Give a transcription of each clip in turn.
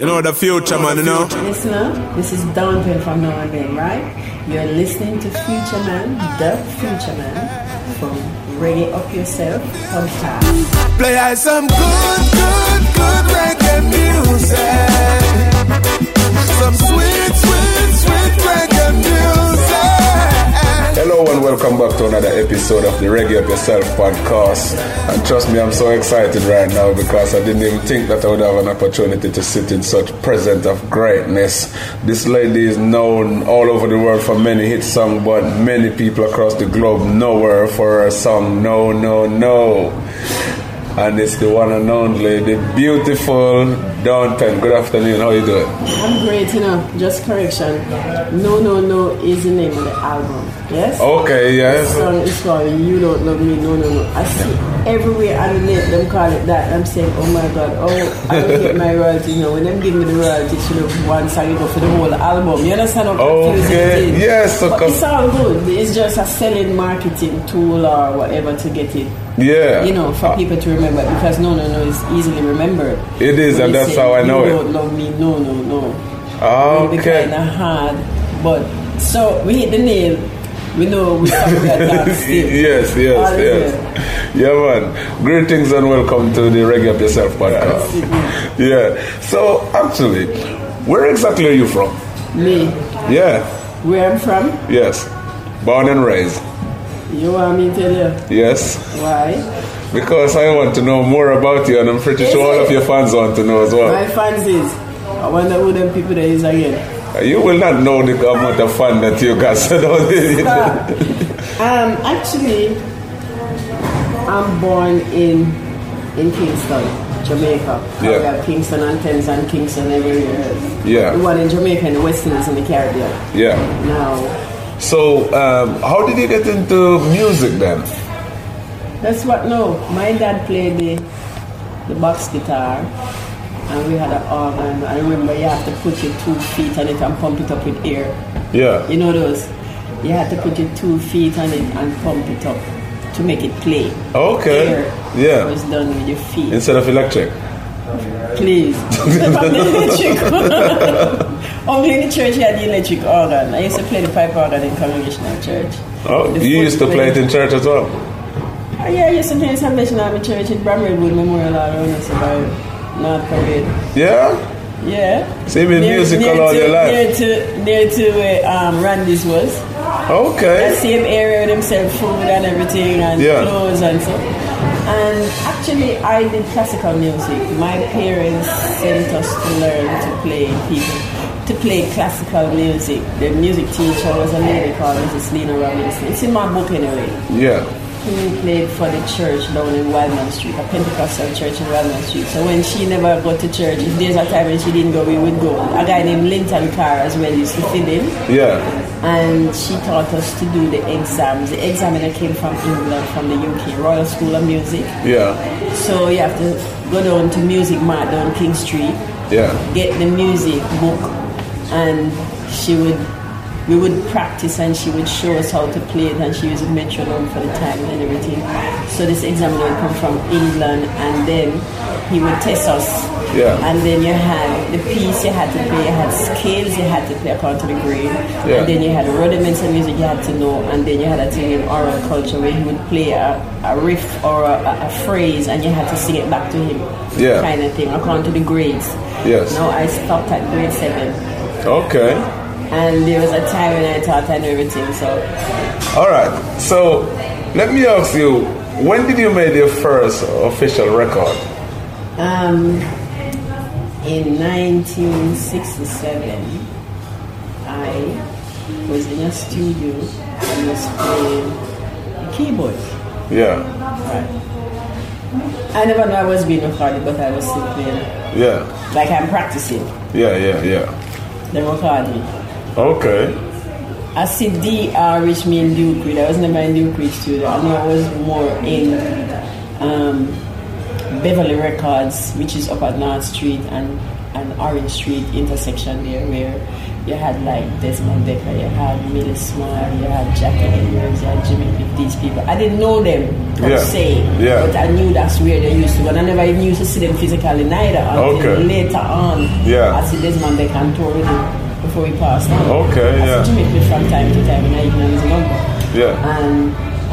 You know the future, man. You know. Listener, this is Donovan from Now and Then, right? You're listening to Future Man, the Future Man, from Ready Up Yourself podcast. Play I some good, good, good reggae music. Some sweet, sweet, sweet reggae music. Hello and welcome back to another episode of the Reggae Up Yourself podcast. And trust me, I'm so excited right now because I didn't even think that I would have an opportunity to sit in such present of greatness. This lady is known all over the world for many hit songs, but many people across the globe know her for her song No, No, No. And it's the one and only, the beautiful Dawn Penn. Good afternoon, how you doing? I'm great, you know. Just correction. No, no, no is the name of the album. Yes. Okay, This yes. song is called "You Don't Love Me." No, no, no. I see everywhere I donate them call it that. I'm saying, oh my god, oh, I don't get my royalty. You know, when them give me the royalty, it should have one song you go for the whole album. You understand how confusing Okay, it is? yes, so But come- it's all good. It's just a selling marketing tool or whatever to get it. Yeah. You know, for people to remember because no, no, no is easily remembered. It is, When and they that's say, how I know you it." Don't love me, no, no, no kind Okay. of hard, but so we hit the nail. We know we have that dance step. Yes, yes, All the way. yes. Yeah, man. Greetings and welcome to the Reggae Up Yourself podcast. Yeah. So, actually, where exactly are you from? Me, Yeah. where I'm from, Yes. Born and raised. you want me to tell you Yes. why? Because I want to know more about you, and I'm pretty sure all of your fans want to know as My well. fans is, I wonder who them people that is again. You will not know the amount of fan that you got. So don't Um, actually, I'm born in in Kingston, Jamaica. Yeah. We have Kingston and Thames and Kingston everywhere else. Yeah. The one in Jamaica and the Western is in the Caribbean. yeah. Now, So, um, how did you get into music then? That's what no. My dad played the the box guitar and we had an organ. I remember you have to put your two feet on it and pump it up with air. Yeah. You know those? You had to put your two feet on it and pump it up to make it play. Okay. Air Yeah. was done with your feet. Instead of electric. Please. I'm the electric. Only in the church you had the electric organ. I used to play the pipe organ in congregational church. Oh, The you used to foot play it pedal. in church as well. Uh, yeah, yes, I'm playing Salvation Army Church in Bramwood Memorial Arena about North Parade. Yeah. Yeah. So you've been musical all to, your life. Near to, near to where um, Randy's was. That Okay. same area where them sell food and everything and Yeah. clothes and so. And actually, I did classical music. My parents sent us to learn to play people, to play classical music. The music teacher was a lady called Mrs. Lena Robinson. It's in my book anyway Yeah. who played for the church down in Wildman Street, a Pentecostal church in Wildman Street. So when she never got to church, if there's a time when she didn't go, we would go. A guy named Linton Carr as well used to fill in. Yeah. And she taught us to do the exams. The examiner came from England, from the UK, Royal School of Music. Yeah. So you have to go down to Music Mart down King Street Yeah. get the music book and she would we would practice and she would show us how to play it and she used a metronome for the time and everything. So this examiner would come from England and then he would test us. Yeah. And then you had the piece you had to play, you had scales you had to play according to the grade. Yeah. And then you had rudiments of music you had to know. And then you had a thing in oral culture where he would play a, a riff or a, a phrase and you had to sing it back to him. Yeah. Kind of thing, according to the grades. Yes. Now I stopped at grade seven. Okay. And there was a time when I thought I knew everything, so All right. So let me ask you, when did you make your first official record? Um, in 1967, I was in a studio and was playing a keyboard. Yeah. I never knew I was being recorded, but I was still playing. Yeah. Like I'm practicing Yeah. Yeah. Yeah. the recording. Okay. A CD uh, reached me in Duke Reed. I was never in Duke Reed studio. I know I was more in um, Beverly Records, which is up at North Street and, and Orange Street intersection there, where you had like Desmond Decker, you had Millie Small, you had Jackie Edwards, you had Jimmy Cliff, these people. I didn't know them per Yeah. se, Yeah. but I knew that's where they used to go. And I never even used to see them physically neither until Okay. later on. Yeah. I see Desmond Decker and tour with him before he passed on. Okay, I yeah. see Jimmy Cliff from time to time, and I even his number. Yeah. And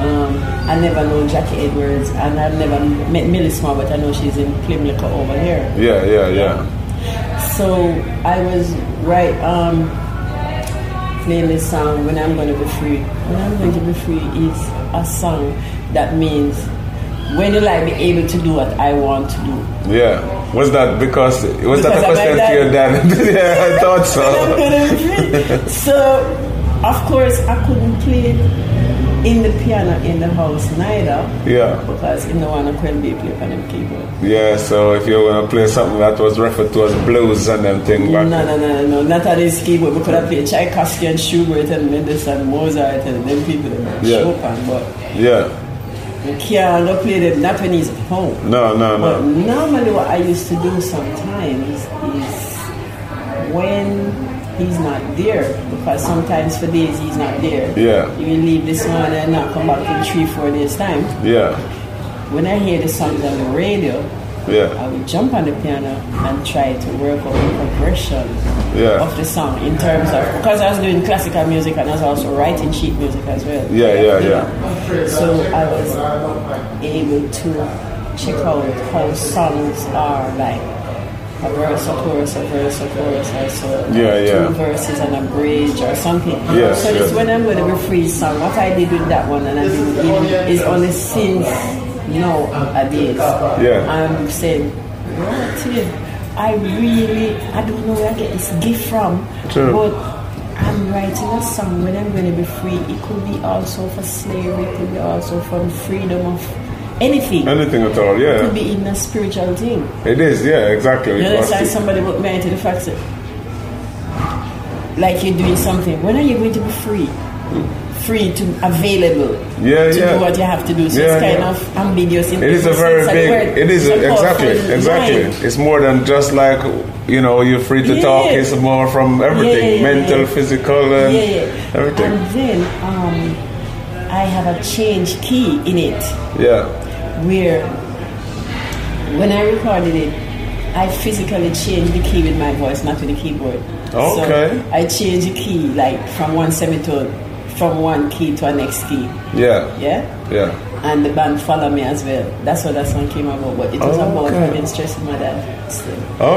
um, I never know Jackie Edwards, and I've never met Millie Small, but I know she's in Plimlico over here. Yeah. Yeah. Yeah. So I was right um, playing this song, When I'm Gonna Be Free. When I'm Going to Be Free is a song that means when will I be able to do what I want to do? Yeah. Was that because was that Because a I question like to your dad? yeah, I thought so. so, of course, I couldn't play in the piano in the house neither. Yeah. Because in the one I couldn't be playing on the keyboard. Yeah. So if you want to play something that was referred to as blues and them thing, No, back no, no, no, no, not on this keyboard. We could have played Tchaikovsky and Schubert and Mendelssohn and Mozart and them people and Yeah. Chopin, but yeah. we can't go play them not when he's at home. No. No. But No. normally, what I used to do sometimes is when he's not there, because sometimes for days he's not there. Yeah. You will leave this morning and not come back in three, four days' time. Yeah. When I hear the songs on the radio, I Yeah. would jump on the piano and try to work on the progression Yeah. of the song in terms of because I was doing classical music and I was also writing sheet music as well. Yeah, yeah, yeah. So I was able to check out how songs are like a verse, a chorus, a verse, a chorus, or so Yeah, yeah. two verses and a bridge or something. Yes, so it's yes. when I'm going to be free song. What I did with that one and I did it is only since now I did. Yeah. I'm saying, what? I really, I don't know where I get this gift from, True. but I'm writing a song when I'm going to be free. It could be also for slavery, it could be also from freedom of anything. Anything at all? It could Yeah. be even a spiritual thing. It is. Yeah. Exactly. You know, uh, Because- that's like somebody would marry to the fact that, like you're doing something. When are you going to be free? Free to available Yeah, to yeah. do what you have to do. So Yeah, it's kind yeah. of ambiguous. In It is a every very sense of the word. big. It is It's oh, a exactly, powerful exactly. line. It's more than just like you know you're free to Yeah, talk. yeah. It's more from everything, Yeah, yeah, mental, yeah. physical, and yeah, yeah. um, everything. And then um, I have a change key in it. yeah, where when I recorded it, I physically changed the key with my voice, not with the keyboard. Okay. So I changed the key like from one semitone, from one key to a next key. yeah, Yeah. yeah, And the band followed me as well. That's what that song came about. But it was about Okay. having stress with my dad. So.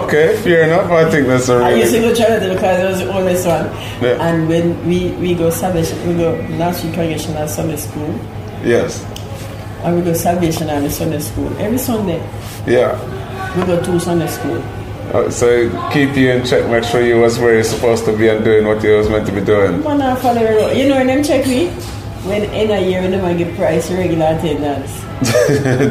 Okay, fair enough. I think that's a I used to really. go charity because it was the oldest one. Yeah. And when we, we go salvation, we go National Congregational Sunday School, Yes. and we go Salvation Army Sunday School. Every Sunday, Yeah. we go to Sunday School. Uh, So keep you in check. Make sure you was where you're supposed to be and doing what you was meant to be doing. One hour for the road. You know when them check me? When in a year when them a give price regular attendance.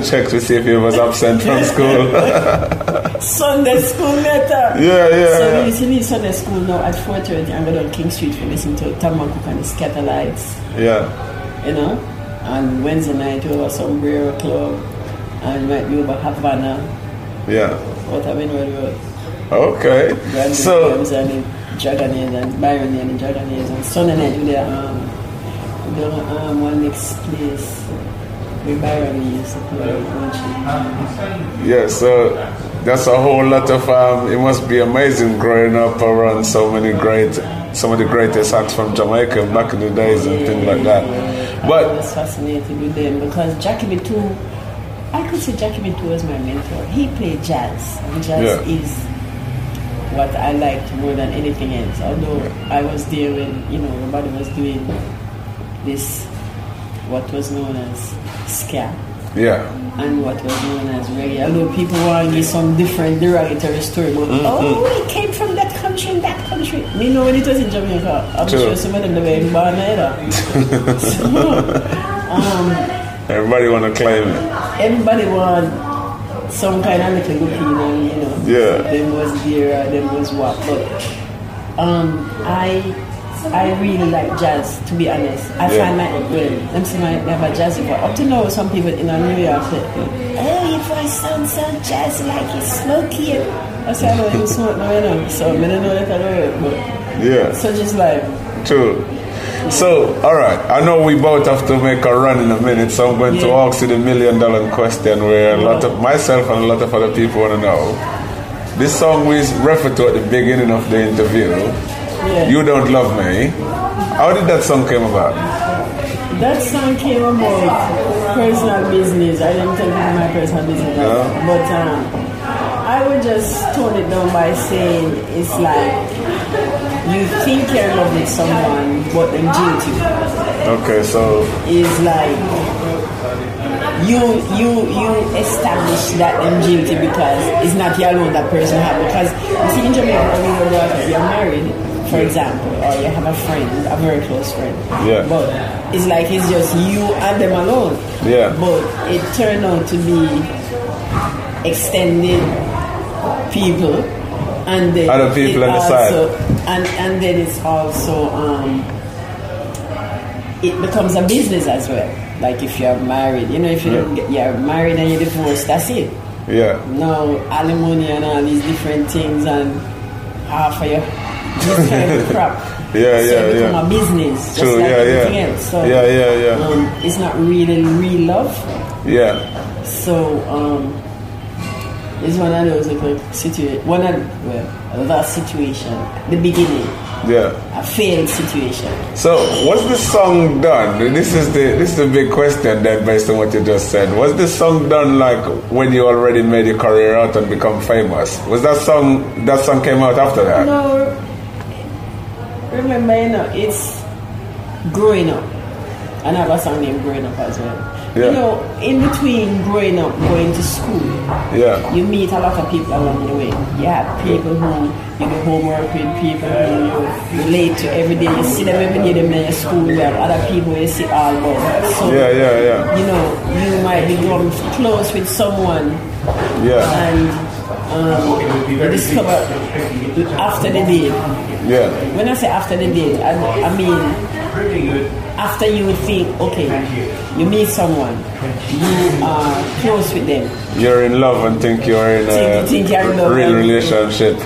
check to see if you was absent from school. Sunday school letter. Yeah, yeah, So yeah. we used to leave Sunday school now at four thirty and go down King Street for listen to Tom Cook and the Scatterlights, yeah, you know? And Wednesday night we were Sombrero Club and might be over Havana, yeah. what I mean we were Okay. Brandon So Williams and the Dragonaires and Byron and the Dragonaires and Sunday night with the um the um one next place with Byron used to play Gucci. Yeah, so that's a whole lot of. Um, it must be amazing growing up around so many great, some of the greatest acts from Jamaica back in the days and things like that. I But was fascinated with them because Jackie Bitu, I could say Jackie Bitu was my mentor. He played jazz, and jazz Yeah. is what I liked more than anything else. Although I was there when you know everybody was doing this, what was known as ska yeah, and what was known as reggae. Although people want to give some different derogatory story, but oh, it came from that country and that country. Me know when it was in Jamaica, I'm True. sure some of them they were in Barbados. everybody want to claim it. everybody want some kind of little good feeling, you know. Yeah. Them was dear, them was what. But um, I I really like jazz, to be honest. I Yeah. find my well, I'm saying I never jazzy, but up to now some people in a New York say, Oh, your voice sounds so jazzy, like it's smoky. I say, I don't even smoke now, you know. So I don't know that I know it, but Yeah. so just like True. So, all right. I know we both have to make a run in a minute, so I'm going to Yeah. ask you the million dollar question where a lot of myself and a lot of other people want to know. This song we referred to at the beginning of the interview, Yeah. You Don't Love Me. How did that song came about? That song came about personal business. I didn't tell people my personal business, but um, I would just tone it down by saying it's like you think you're in love with someone, but they guilt you. Okay, so It's like you you you establish that them guilty because it's not you alone that person have. Because you see, in Jamaica, when you grow up, you're married, for example, or you have a friend, a very close friend. Yeah. But it's like it's just you and them alone. Yeah. But it turned out to be extended people, and then Other people it on the side. also- And and then it's also. Um, it becomes a business as well. Like if you're married, you know, if you don't get, you're married and you're divorced, that's it. yeah, Now alimony and all these different things and half of your this kind of crap. Yeah, so yeah, it become yeah. a business, just True, like yeah, everything yeah. else. So Yeah, yeah, yeah. Um, it's not really real love. yeah, So um, it's one of those like situation. One of well, that situation, the beginning, yeah. a failed situation. So, what's the song done? This is the this is the big question. Then, based on what you just said, was the song done like when you already made your career out and become famous? Was that song that song came out after that? No, remember, you know, it's growing up. I have a song named Growing Up as well. Yeah. You know, in between growing up, going to school, Yeah, you meet a lot of people along the way. You have people who you do homework with, people who you relate to every day. You see them every day, them in your school. You have other people you see all over. So, yeah, yeah, yeah, you know, you might become close with someone yeah, and um, you discover after the day yeah, when I say after the date, I, I mean after you think, okay, you meet someone, you are close with them, You're in love and think you're in a Think- think you're in love real and- relationship.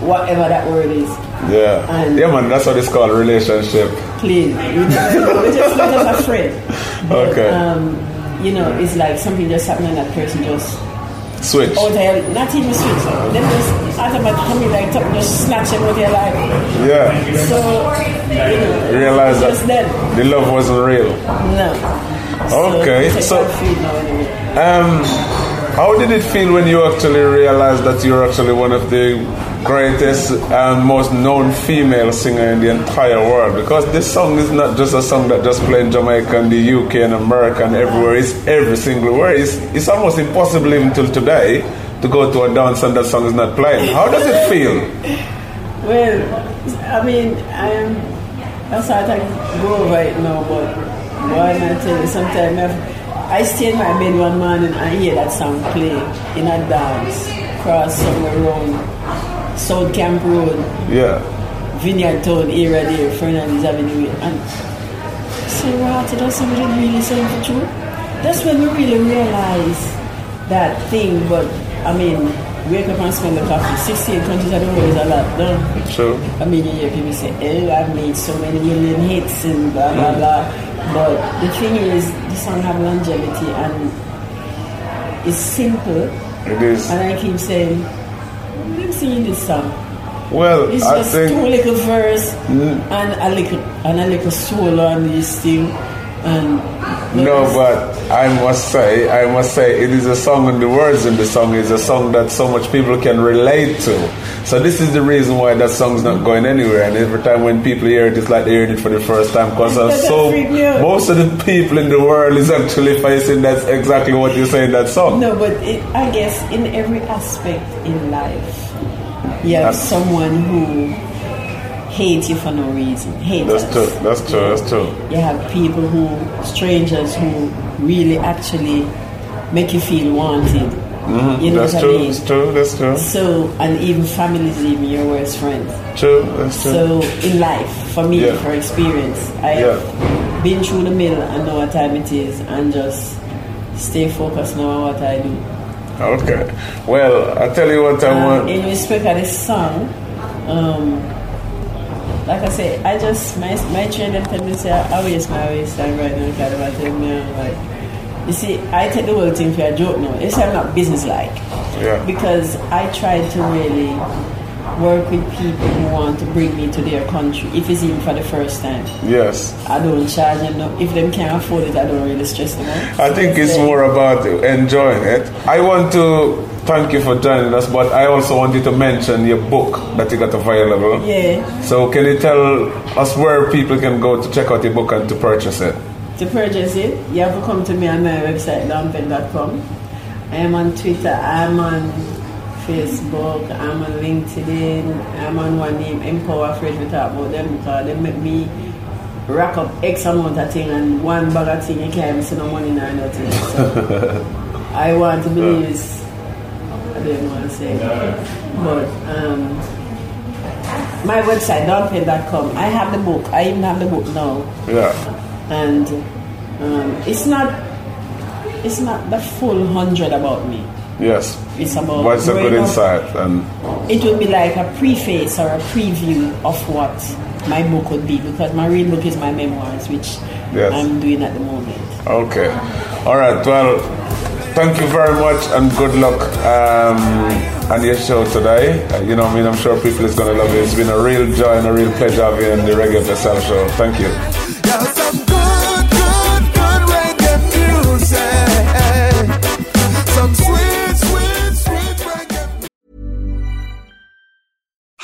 whatever that word is, Yeah, And- yeah, man. That's what it's called, relationship. clean. We're just, we're just afraid. But, Okay. Um, you know, it's like something just happened and that person just Switch. out there, not even switch. Then just out of my tummy like top, just snatch him with their life. Yeah, So you know, realize it's just that then. the love wasn't real. No. Okay, So, it's so- like I feel now anyway. Um, how did it feel when you actually realized that you're actually one of the greatest and most known female singer in the entire world? Because this song is not just a song that just played in Jamaica and the UK and America and everywhere. It's every single where. It's, it's almost impossible even till today to go to a dance and that song is not playing. How does it feel? Well, I mean, I'm. That's how I can go right now, but why not tell you? Sometimes I stay in my bed one morning and hear that song play in a dance, cross somewhere around South Camp Road, Yeah. Vineyard Town area there, Fernandez Avenue. And say, wow, to that song didn't really sound for true. That's when we really realize that thing, but I mean, wake up and smell the coffee. 16 countries, I don't know, is a lot, no? True. Mm. I mean, you hear people say, oh, I've made so many million hits and blah, blah, blah. But the thing is, the song have longevity and it's simple. It is. And I keep saying, I'm singing this song. Well, It's I just think. Mm. two little verse and a little and a little solo on this thing. And No, but I must say, I must say, it is a song, and the words in the song is a song that so much people can relate to. So this is the reason why that song's not going anywhere. And every time when people hear it, it's like they heard it for the first time. Because Does that so freak you out? most of the people in the world is actually facing that's exactly what you say in that song. No, but it, I guess in every aspect in life, you have That's- someone who hates you for no reason. Hates That's us. true. That's true. That's true. You have people who, strangers who really actually make you feel wanted. you know Mm-hmm. That's what I true. mean? That's true. That's true. So, and even families, even your worst friends. True. That's true. So in life, for me, Yeah. for experience, I've Yeah. been through the mill and know what time it is, and just stay focused now on what I do. Okay. Well, I tell you what I Um, want. in respect of this song, um, like I say, I just my my trainer tell me say I waste my waste time right now, kind of I tell me I'm like you see, I take the whole thing for a joke now. You see, I'm not business like. Yeah. because I try to really work with people who want to bring me to their country, if it's even for the first time. Yes. I don't charge them. No, if them can't afford it, I don't really stress them out. I think it's Yeah. more about enjoying it. I want to thank you for joining us, but I also want you to mention your book that you got available. Yeah. So can you tell us where people can go to check out your book and to purchase it? To purchase it, you have to come to me on my website, lampen.com. I am on Twitter, I'm on Facebook, I'm on LinkedIn, I'm on one name, Empower Afraid to talk about them because they make me rack up X amount of thing and one bag of thing, you can't even see no money nor nothing. So I want to believe is, I didn't want to say, but um, my website, lampen.com, I have the book, I even have the book now Yeah. and um, it's not it's not the full hundred about me. Yes. It's about What's a good growing up. insight? And It will be like a preface or a preview of what my book would be because my real book is my memoirs, which Yes. I'm doing at the moment. okay. All right. Well, thank you very much and good luck um, on your show today. Uh, you know, I mean, I'm sure people is going to love you. It's been a real joy and a real pleasure having you on the Reggae Yourself show. Thank you. Yeah, some good, good, good reggae music. Some sweet, sweet, sweet reggae